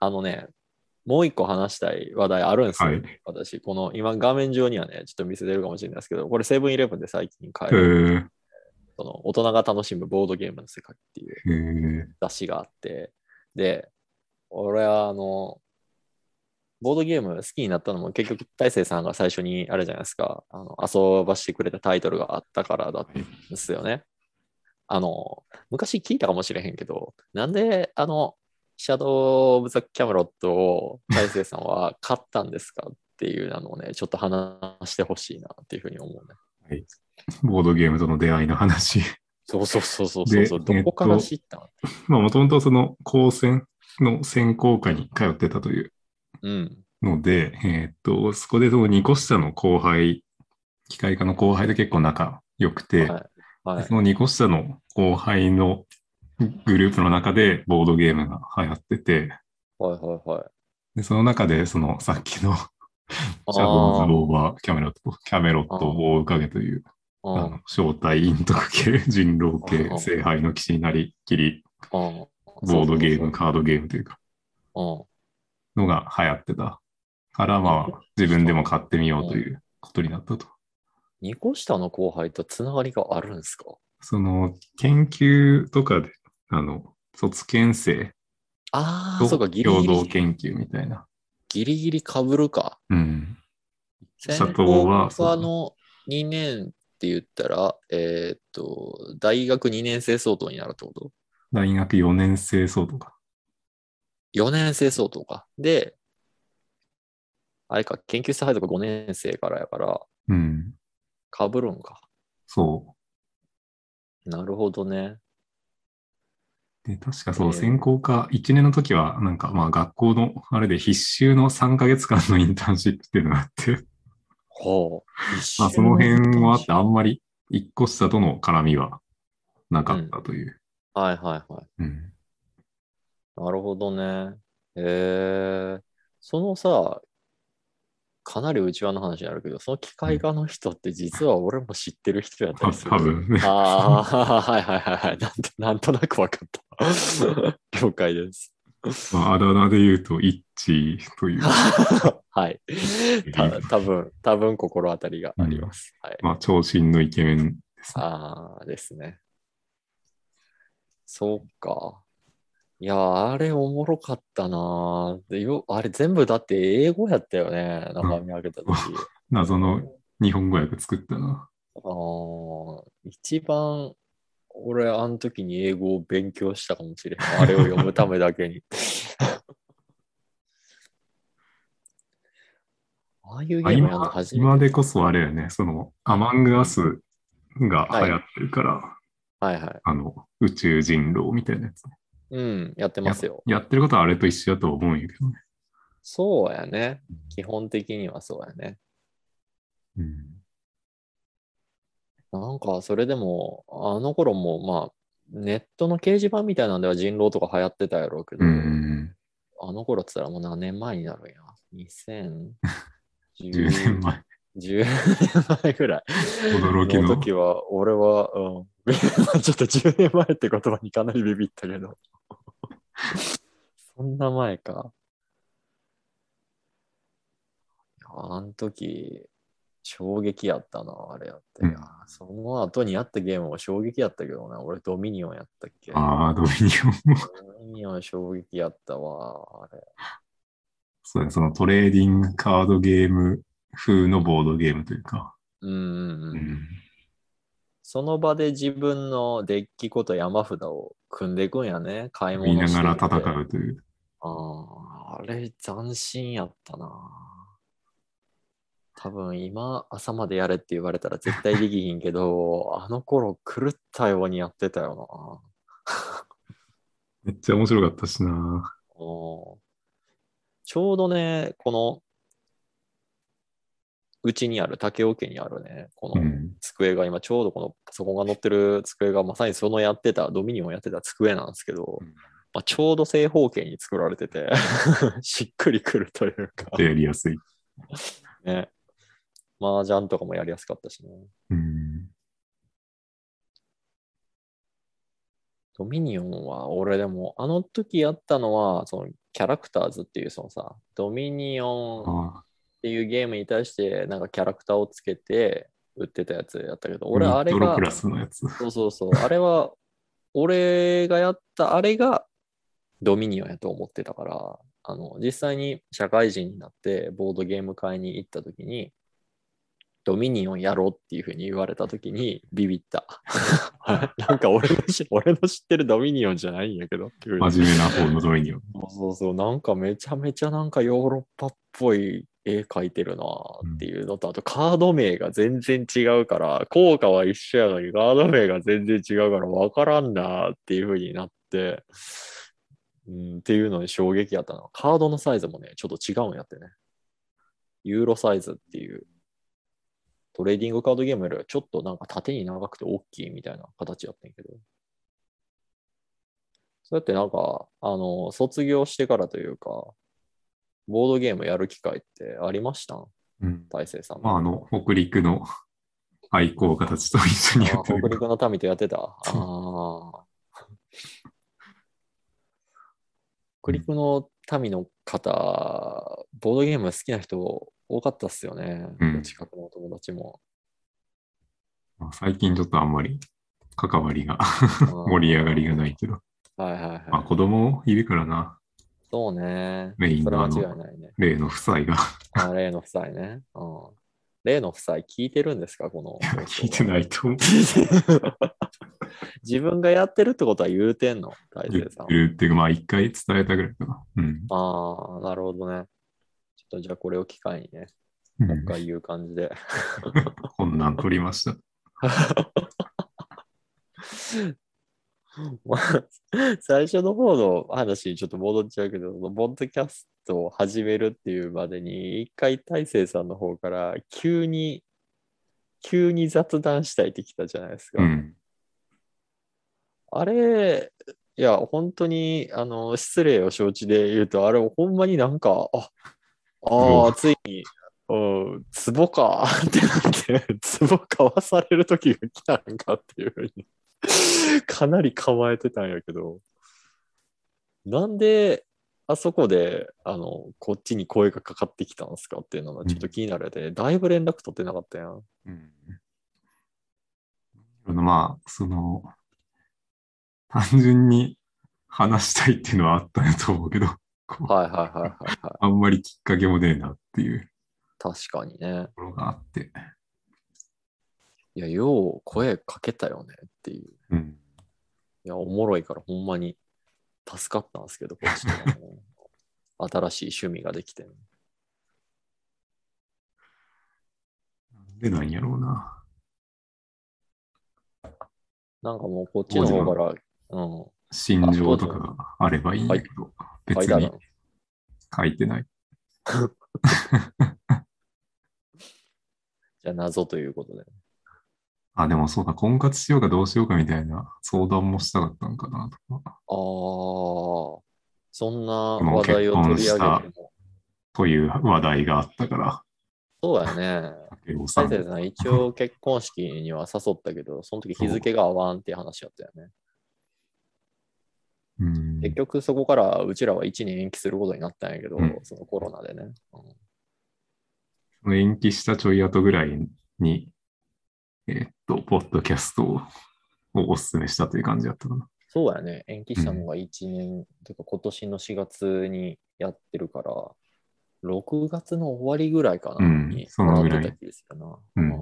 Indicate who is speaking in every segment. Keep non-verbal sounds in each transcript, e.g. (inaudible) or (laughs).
Speaker 1: あのね、もう一個話したい話題あるんですよ、
Speaker 2: はい
Speaker 1: 私。この今画面上にはね、ちょっと見せてるかもしれないですけど、これセブンイレブンで最近買え
Speaker 2: へ
Speaker 1: る、
Speaker 2: ー
Speaker 1: その大人が楽しむボードゲームの世界っていう
Speaker 2: へー
Speaker 1: 雑誌があって、で、俺はあの、ボードゲーム好きになったのも結局大成さんが最初にあれじゃないですか、あの遊ばしてくれたタイトルがあったからだったんですよね。あの、昔聞いたかもしれへんけど、なんであの、シャドウ・オブ・ザ・キャメロットを大成さんは買ったんですかっていうのをね、ちょっと話してほしいなっていうふうに思うね。
Speaker 2: ボードゲームとの出会いの話。 (laughs)
Speaker 1: そうそうそうそうそうそう、
Speaker 2: で
Speaker 1: どこか
Speaker 2: えっ
Speaker 1: ら
Speaker 2: と
Speaker 1: 知ったの、
Speaker 2: まあ、もともとその高専の専攻科に通ってたという
Speaker 1: うん。
Speaker 2: ので、えーっと、そこでその2個下の後輩、機械科の後輩と結構仲良くて、
Speaker 1: はい。はい
Speaker 2: その2個下の後輩のグループの中でボードゲームが流行ってて、
Speaker 1: はいはいはい。
Speaker 2: でその中でそのさっきのシャドウズ・オーバー・キャメロット、キャメロット・大うかげという、
Speaker 1: あ
Speaker 2: あ
Speaker 1: ー
Speaker 2: の正体陰徳系、人狼
Speaker 1: あ
Speaker 2: 系、
Speaker 1: ー
Speaker 2: 聖杯の騎士になりきり、
Speaker 1: ボ
Speaker 2: ボードゲーム、カードゲームというか、
Speaker 1: うん。
Speaker 2: のが流行ってたから、まあ、自分でも買ってみようということになったと。
Speaker 1: 二個下の後輩とつながりがあるんですか
Speaker 2: その、研究とかで、あの、卒研生
Speaker 1: ああ、
Speaker 2: と
Speaker 1: そうか、
Speaker 2: 共
Speaker 1: ギリギ
Speaker 2: 同
Speaker 1: リ、
Speaker 2: 研究みたいな。
Speaker 1: ギリギリかぶるか。
Speaker 2: うん。佐
Speaker 1: 先
Speaker 2: 藤
Speaker 1: 方
Speaker 2: は
Speaker 1: あの2年って言ったら、えーっと、大学2年生相当になるってこと
Speaker 2: 大学4年生相当か。
Speaker 1: ?4 年生相当か。で、あれか、研究室配属5年生からやから、
Speaker 2: うん。
Speaker 1: かぶるんか。
Speaker 2: そ
Speaker 1: なるほどね。
Speaker 2: う。で、確かそ
Speaker 1: え
Speaker 2: う、
Speaker 1: ー
Speaker 2: 専攻科1年の時は、なんか、まあ、学校の、あれで必修の3ヶ月間のインターンシップっていうのがあって、
Speaker 1: ほう。
Speaker 2: まあ、その辺はあって、あんまり1個下との絡みはなかったという。
Speaker 1: はいはいはい。
Speaker 2: うん
Speaker 1: なるほどね。えー、そのさ、かなり内輪の話になるけど、その機械化の人って実は俺も知ってる人やった
Speaker 2: た
Speaker 1: りする。
Speaker 2: 多。分ね。
Speaker 1: ああ、 (laughs) はいはいはいはい。なんとなんとなく分かった。 (laughs) 了解です。
Speaker 2: まあ、あだ名で言うと、イッチと (laughs) いう、
Speaker 1: はい。た多分多分心当たりがあります。はい。
Speaker 2: まあ、長身のイケメン。
Speaker 1: ああですね。そうか。いやー、あれおもろかったなーでよ。あれ全部だって英語やったよね。中身開けた時。
Speaker 2: 謎の日本語訳作ったな。
Speaker 1: ああ、一番俺あの時に英語を勉強したかもしれない。あれを読むためだけに。 (laughs) ああいうゲ
Speaker 2: まあ、
Speaker 1: ームやるの
Speaker 2: 今
Speaker 1: 初め
Speaker 2: 今
Speaker 1: て。
Speaker 2: でこそあれよね、その、アマングアスが流行ってるから、
Speaker 1: はいはい。
Speaker 2: あの、宇宙人狼みたいなやつね、
Speaker 1: うん、やってますよ。
Speaker 2: やってることはあれと一緒だと思うんやけどね。
Speaker 1: そうやね。基本的にはそうやね。
Speaker 2: うん
Speaker 1: なんか、それでも、あの頃も、まあ、ネットの掲示板みたいなんでは人狼とか流行ってたやろうけど、
Speaker 2: うん。
Speaker 1: あの頃っつったらもう何年前になるんや。2010
Speaker 2: 10年前。
Speaker 1: 10年前ぐらい。
Speaker 2: 驚きの
Speaker 1: 時は、俺は、うん、 (laughs) ちょっと10年前って言葉にかなりビビったけど。そんな前か。いやあの時、衝撃やったな、あれやって。
Speaker 2: うん
Speaker 1: その後にやったゲームも衝撃やったけどな、俺ドミニオンやったっけ。
Speaker 2: ああ、ドミニオンも。
Speaker 1: ドミニオン衝撃やったわ、あれ。
Speaker 2: そうね、そのトレーディングカードゲーム風のボードゲームというか。
Speaker 1: うんうんうん。
Speaker 2: うん
Speaker 1: その場で自分のデッキこと山札を組んでいくんやね。買い物
Speaker 2: 見な
Speaker 1: して
Speaker 2: がら
Speaker 1: て
Speaker 2: 戦うという。
Speaker 1: あーあれ、斬新やったな。多分今、朝までやれって言われたら絶対できひんけ
Speaker 2: (laughs)
Speaker 1: ど、あの頃狂ったようにやってたよ
Speaker 2: めっちゃ面白かったしな。
Speaker 1: な。うんちょうどね、この、うちにある、竹尾家にあるね、こ
Speaker 2: う
Speaker 1: の
Speaker 2: ん。
Speaker 1: 机が今、ちょうどこのパソコンが載ってる机が、まさにそのやってた、ドミニオンやってた机なんですけど
Speaker 2: うん、
Speaker 1: まあ、ちょうど正方形に作られてて、しっくりくるというか。
Speaker 2: やりやすい。
Speaker 1: ね。麻雀とかもやりやすかったしね。
Speaker 2: うん。
Speaker 1: ドミニオンは、俺でも、あの時やったのは、そのキャラクターズっていう、そのさ、ドミニオンっ
Speaker 2: あ
Speaker 1: ていうゲームに対して、なんかキャラクターをつけて売ってたやつやったけど、
Speaker 2: あ
Speaker 1: 俺あれ
Speaker 2: ニットロ
Speaker 1: が
Speaker 2: プ、ラスのやつ。
Speaker 1: そうそうそう、あれは、俺がやったあれがドミニオンやと思ってたから、あの、実際に社会人になってボードゲーム会に行った時に、ドミニオンやろうっていうふうに言われた時にビビった。 (laughs) なんか俺の知 (laughs) 俺の知ってるドミニオンじゃないんやけどっていう
Speaker 2: 真面目な方のドミニオン。
Speaker 1: そうそうそう、なんかめちゃめちゃなんかヨーロッパっぽい絵描いてるなっていうのと、あとカード名が全然違うから、効果は一緒やのにカード名が全然違うから分からんなっていう風になって、うん、っていうのに衝撃やったの。カードのサイズもね、ちょっと違うんやってね。ユーロサイズっていう、トレーディングカードゲームよりはちょっとなんか縦に長くて大きいみたいな形やったんやけど。そうやってなんか、あの、卒業してからというか、ボードゲームやる機会ってありましたん
Speaker 2: うん。
Speaker 1: 大成さんも。
Speaker 2: まあ、あの、北陸の愛好家たちと一緒にや
Speaker 1: あ
Speaker 2: って
Speaker 1: 北
Speaker 2: る。
Speaker 1: 陸の民とやってた。
Speaker 2: (laughs)
Speaker 1: ああ。北陸の民の方、ボードゲーム好きな人多かったっすよね。
Speaker 2: うん
Speaker 1: 近くのお友達
Speaker 2: (laughs)
Speaker 1: も。
Speaker 2: まあ最近ちょっとあんまり関わりが、
Speaker 1: あー
Speaker 2: 盛り上がりがないけど。
Speaker 1: はいはいはい。
Speaker 2: まあ、子供いるからな、
Speaker 1: そうね。
Speaker 2: メイン
Speaker 1: それ
Speaker 2: の
Speaker 1: 間
Speaker 2: あ
Speaker 1: 違い
Speaker 2: の、
Speaker 1: ないね。
Speaker 2: 例の夫妻が。
Speaker 1: あ例の夫妻ね。うん。例の夫妻聞いてるんですかこの。
Speaker 2: (laughs) 聞いてないと思う。
Speaker 1: 自分がやってるってことは言うてんの、大
Speaker 2: 言
Speaker 1: 成さん
Speaker 2: っ
Speaker 1: は
Speaker 2: て。るっていうか、まあ一回伝えたぐらいかな。うん。
Speaker 1: ああ、なるほどね。ちょっとじゃあこれを機会にね、
Speaker 2: う
Speaker 1: もうん一回言う感じで。 (laughs)
Speaker 2: こんなん取りました。
Speaker 1: まあ、最初の方の話にちょっと戻っちゃうけど、そのボッドキャストを始めるっていうまでに、一回大成さんの方から急に、急に雑談したいってきたじゃないですか。
Speaker 2: うん。
Speaker 1: あれ、いや、本当に、あの、失礼を承知で言うと、あれ、ほんまになんか、あ、あ
Speaker 2: う
Speaker 1: あ、ついに、うん、ツボか、ってなって、ツボ買わされる時が来たんかっていうふうに、かなり構えてたんやけど、なんで、あそこで、あの、こっちに声がかかってきたんですかっていうのがちょっと気になるやで、だいぶ連絡取ってなかったやん。
Speaker 2: うん。あのまあ、その、単純に話したいっていうのはあったんやと思うけど、こう
Speaker 1: はいはいはいはい、はい。
Speaker 2: あんまりきっかけもねえなっていう
Speaker 1: 確かにね。
Speaker 2: ところがあって。
Speaker 1: いや、よう声かけたよねっていう。
Speaker 2: うん。
Speaker 1: いや、おもろいからほんまに助かったんですけど、こっちとか
Speaker 2: (laughs)
Speaker 1: も新しい趣味ができてね、
Speaker 2: で、なんやろうな。
Speaker 1: なんかもうこっちの方から、うん、
Speaker 2: 心情とかがあればいいんだけど、別
Speaker 1: 書いてある
Speaker 2: に書いてない。
Speaker 1: じゃあ謎ということで。
Speaker 2: あ、でもそうだ、婚活しようかどうしようかみたいな相談もしたかったんかなとか、
Speaker 1: ああ、そんな
Speaker 2: も
Speaker 1: 話
Speaker 2: う結
Speaker 1: 題を取り上げて
Speaker 2: 婚
Speaker 1: も。
Speaker 2: という話題があったから、
Speaker 1: そうやね。
Speaker 2: 竹雄さ
Speaker 1: 大
Speaker 2: ん。
Speaker 1: 成さん、一応結婚式には誘ったけど、その時日付が合わんっていう話だったよね。
Speaker 2: うん
Speaker 1: 結局そこからうちらは1年延期することになったんやけど、
Speaker 2: うん
Speaker 1: そのコロナでね。うん
Speaker 2: その延期したちょい後ぐらいに、えーっと、ポッドキャストをおすすめしたという感じだったかな。
Speaker 1: そうやね。延期したのが1年、とか今年の4月にやってるから、6月の終わりぐらいかな。
Speaker 2: うん
Speaker 1: に
Speaker 2: そのぐら
Speaker 1: も
Speaker 2: い
Speaker 1: ってた気でするな。
Speaker 2: うん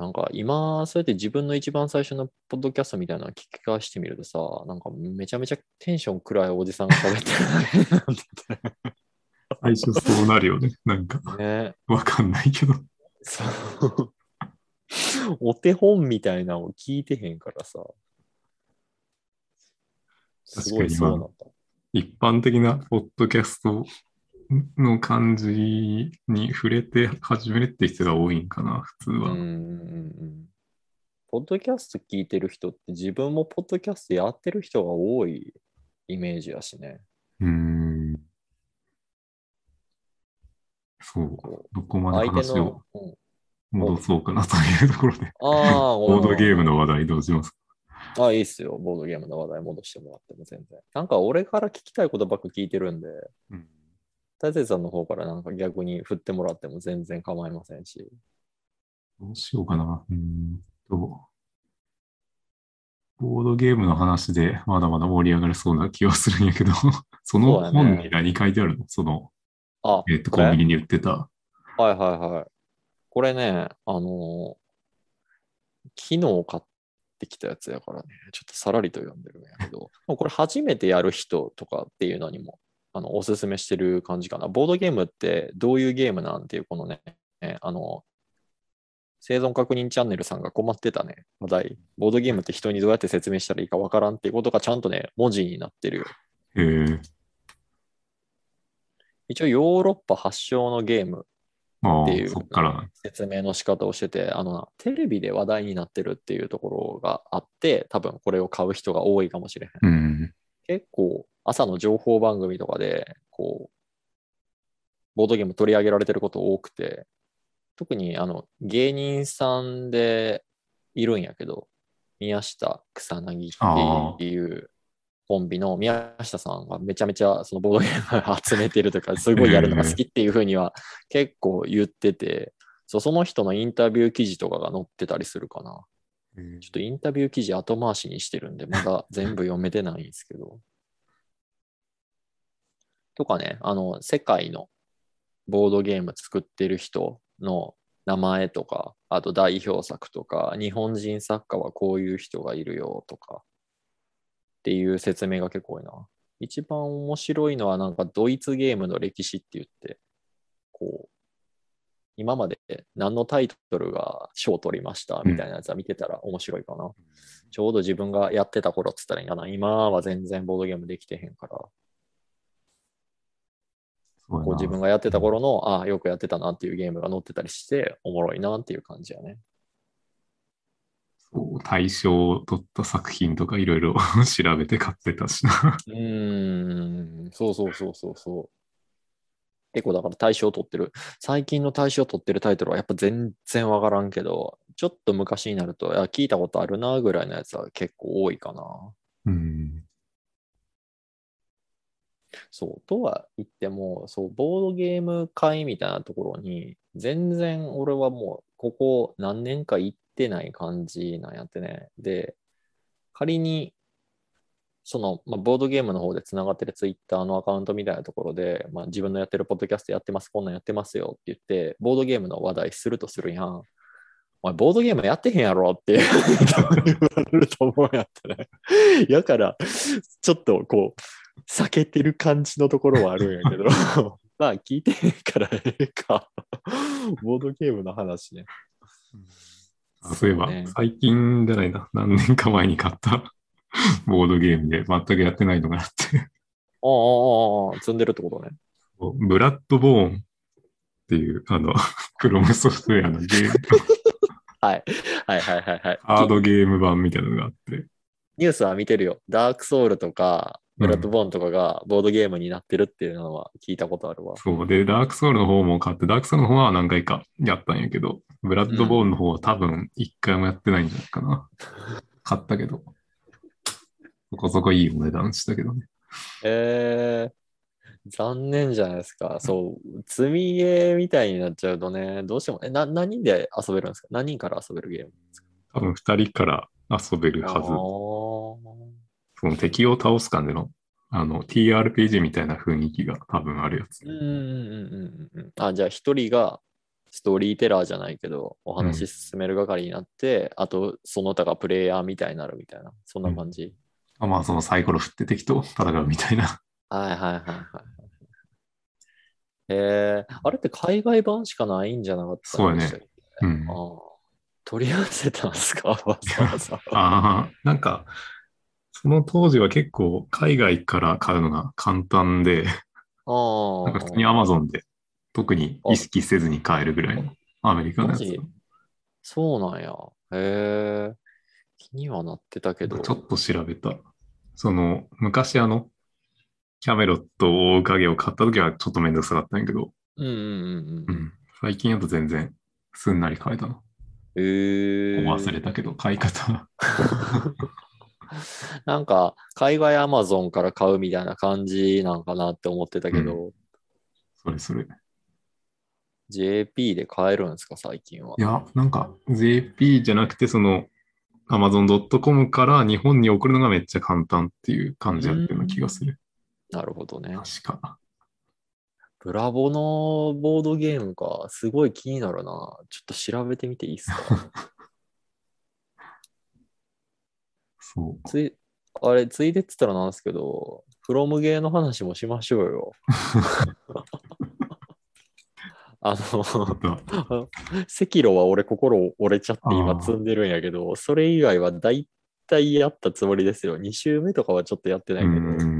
Speaker 1: なんか今、そうやって自分の一番最初のポッドキャストみたいなの聞き返してみるとさ、なんかめちゃめちゃテンション暗いおじさんが喋ってる
Speaker 2: 最初そうなる
Speaker 1: (laughs)
Speaker 2: よね。なんか、
Speaker 1: ね。ね
Speaker 2: (laughs) わかんないけど。
Speaker 1: そう。お手本みたいなのを聞いてへんからさ。すごいそうなった。
Speaker 2: 一般的なポッドキャストの感じに触れて始めるって人が多いんかな、普通
Speaker 1: うん
Speaker 2: は。
Speaker 1: うんうん。ポッドキャスト聞いてる人って自分もポッドキャストやってる人が多いイメージやしね。
Speaker 2: うーん。そう。
Speaker 1: こ
Speaker 2: どこ
Speaker 1: う
Speaker 2: まで
Speaker 1: 相手
Speaker 2: 話を
Speaker 1: の。うん
Speaker 2: 戻そうかなというところで、
Speaker 1: ああ、
Speaker 2: ボードゲーム
Speaker 1: の。
Speaker 2: の話題どうします
Speaker 1: あ、いいっすよ。ボードゲームの話題戻してもらっても全然。なんか俺から聞きたいことばっか聞いてるんで、
Speaker 2: うん。
Speaker 1: 大勢さんの方からなんか逆に振ってもらっても全然構いませんし。
Speaker 2: どうしようかな。うーんと。ボードゲームの話でまだまだ盛り上がりそうな気はするんやけど、 (laughs) そ
Speaker 1: そう
Speaker 2: の
Speaker 1: だね
Speaker 2: 本に何書いてあるのその、
Speaker 1: あ、
Speaker 2: えっと、
Speaker 1: これ
Speaker 2: コンビニに売ってた。
Speaker 1: はいはいはい。これね、あのー昨日買ってきたやつやからね、ちょっとさらりと読んでるんやけど、 (laughs) でもこれ初めてやる人とかっていうのにもあのおすすめしてる感じかな。ボードゲームってどういうゲームなんていう、このね、えあの、生存確認チャンネルさんが困ってたね、話題。ボードゲームって人にどうやって説明したらいいかわからんっていうことがちゃんとね、文字になってるよ。
Speaker 2: えー、
Speaker 1: 一応ヨーロッパ発祥のゲームっ
Speaker 2: ああ
Speaker 1: ていう、
Speaker 2: そっから。
Speaker 1: 説明の仕方をしてて、あのな、テレビで話題になってるっていうところがあって、多分これを買う人が多いかもしれへん。
Speaker 2: うん。
Speaker 1: 結構、朝の情報番組とかで、こう、ボードゲーム取り上げられてること多くて、特にあの、芸人さんでいるんやけど、宮下草薙っていうコンビの宮下さんがめちゃめちゃそのボードゲームを集めてるとか、すごいやるのが好きっていうふうには結構言ってて、そうその人のインタビュー記事とかが載ってたりするかな。
Speaker 2: えー
Speaker 1: ちょっとインタビュー記事後回しにしてるんで、まだ全部読めてないんですけど。とかね、あの、世界のボードゲーム作ってる人の名前とか、あと代表作とか、日本人作家はこういう人がいるよとか、っていう説明が結構多いな。一番面白いのはなんかドイツゲームの歴史って言って、こう、今まで何のタイトルが賞を取りましたみたいなやつは見てたら面白いかな。ちょうど自分がやってた頃っつったらいいかな。今は全然ボードゲームできてへんから、
Speaker 2: そうや
Speaker 1: こう
Speaker 2: な
Speaker 1: 自分がやってた頃の、ああ、よくやってたなっていうゲームが載ってたりして、おもろいなっていう感じやね。
Speaker 2: そう大賞を取った作品とかいろいろ (laughs) 調べて買って
Speaker 1: (laughs)
Speaker 2: たしな。
Speaker 1: うーん、そうそうそうそうそう。結構だから大賞取ってる。最近の大賞取ってるタイトルはやっぱ全然わからんけど、ちょっと昔になると、いや聞いたことあるなぐらいのやつは結構多いかな。
Speaker 2: うん。
Speaker 1: そう、とは言っても、そう、ボードゲーム会みたいなところに、全然俺はもう、ここ何年か行ってない感じなんやってね。で、仮に、その、まあ、ボードゲームの方でつながってるツイッターのアカウントみたいなところで、まあ、自分のやってるポッドキャストやってます、こんなんやってますよって言って、ボードゲームの話題するとするやん。お前、ボードゲームやってへんやろって言われると思うんやってね。 (laughs) やから、ちょっとこう、避けてる感じのところはあるんやけど、 (laughs) まあ聞いてへんからええか。ボードゲームの話ね。
Speaker 2: あそういえば、
Speaker 1: そうね
Speaker 2: 最近じゃないな。何年か前に買った (laughs) ボードゲームで全くやってないのがあっ
Speaker 1: ああ、あ
Speaker 2: て。
Speaker 1: あ、ああ積んでるってことね。
Speaker 2: ブラッドボーンっていう、あの、 (laughs) クロムソフトウェアのゲーム、
Speaker 1: はい。はいはいはいはい。
Speaker 2: ハードゲーム版みたいなのがあって。
Speaker 1: ニュースは見てるよ。ダークソウルとか、ブラッドボーンとかがボードゲームになってるっていうのは聞いたことあるわ。
Speaker 2: そう。で、ダークソウルの方も買って、ダークソウルの方は何回かやったんやけど、ブラッドボーンの方は多分一回もやってないんじゃないかな。買ったけど。そこそこいいお値段したけどね。
Speaker 1: えー。残念じゃないですか。そう、積みゲーみたいになっちゃうとね、どうしても、え、な、何人で遊べるんですか何人から遊べるゲーム
Speaker 2: 多分二人から遊べるはず
Speaker 1: あ。ー
Speaker 2: その敵を倒す感じの、あの、TRPG みたいな雰囲気が多分あるやつ
Speaker 1: うん。うんうんうんうん。あ、じゃあ一人がストーリーテラーじゃないけど、お話進める係になって、あとその他がプレイヤーみたいになるみたいな、そんな感じ。
Speaker 2: あまあ、そのサイコロ振って敵と戦うみたいな。
Speaker 1: はいはいはいはい。えー、あれって海外版しかないんじゃなかった
Speaker 2: そうやね
Speaker 1: でしたっけ
Speaker 2: うん
Speaker 1: あ。ー取り合わせたんです (laughs) かわざわざ。
Speaker 2: ああ、なんか、その当時は結構海外から買うのが簡単で、
Speaker 1: ああ
Speaker 2: なんか普通に Amazon で特に意識せずに買えるぐらいのアメリカのやつ。
Speaker 1: マジ
Speaker 2: ち
Speaker 1: そうなんや。へえー、気にはなってたけど。
Speaker 2: ょっと調べた。その、昔あの、キャメロットを追う影を買った時はちょっとめんどくさかったんやけど、
Speaker 1: うんうんうん
Speaker 2: う
Speaker 1: うん。
Speaker 2: ん。最近だと全然すんなり買えたの。
Speaker 1: えー、
Speaker 2: 忘れたけど、買い方。
Speaker 1: (laughs) なんか、海外アマゾンから買うみたいな感じなんかなって思ってたけど、
Speaker 2: それそれ。。
Speaker 1: JP で買えるんですか、最近はい
Speaker 2: や、なんか JP じゃなくて、その Amazon.com から日本に送るのがめっちゃ簡単っていう感じだったような気がする。
Speaker 1: なるほどね。
Speaker 2: 確か。
Speaker 1: ブラボのボードゲームか。すごい気になるな。ちょっと調べてみていいです
Speaker 2: (laughs)
Speaker 1: か
Speaker 2: そう。
Speaker 1: ついあれ、ついでっつったらなんですけど、フロムゲーの話もしましょう
Speaker 2: (laughs)
Speaker 1: よ。あ
Speaker 2: あ
Speaker 1: の、
Speaker 2: と
Speaker 1: 赤
Speaker 2: は
Speaker 1: 炉は俺心折れちゃって
Speaker 2: あ
Speaker 1: 今
Speaker 2: ー
Speaker 1: 積んでるんやけど、それ以外は大体やったつもりですよ。2週目とかはちょっとやってないうけど、
Speaker 2: んうん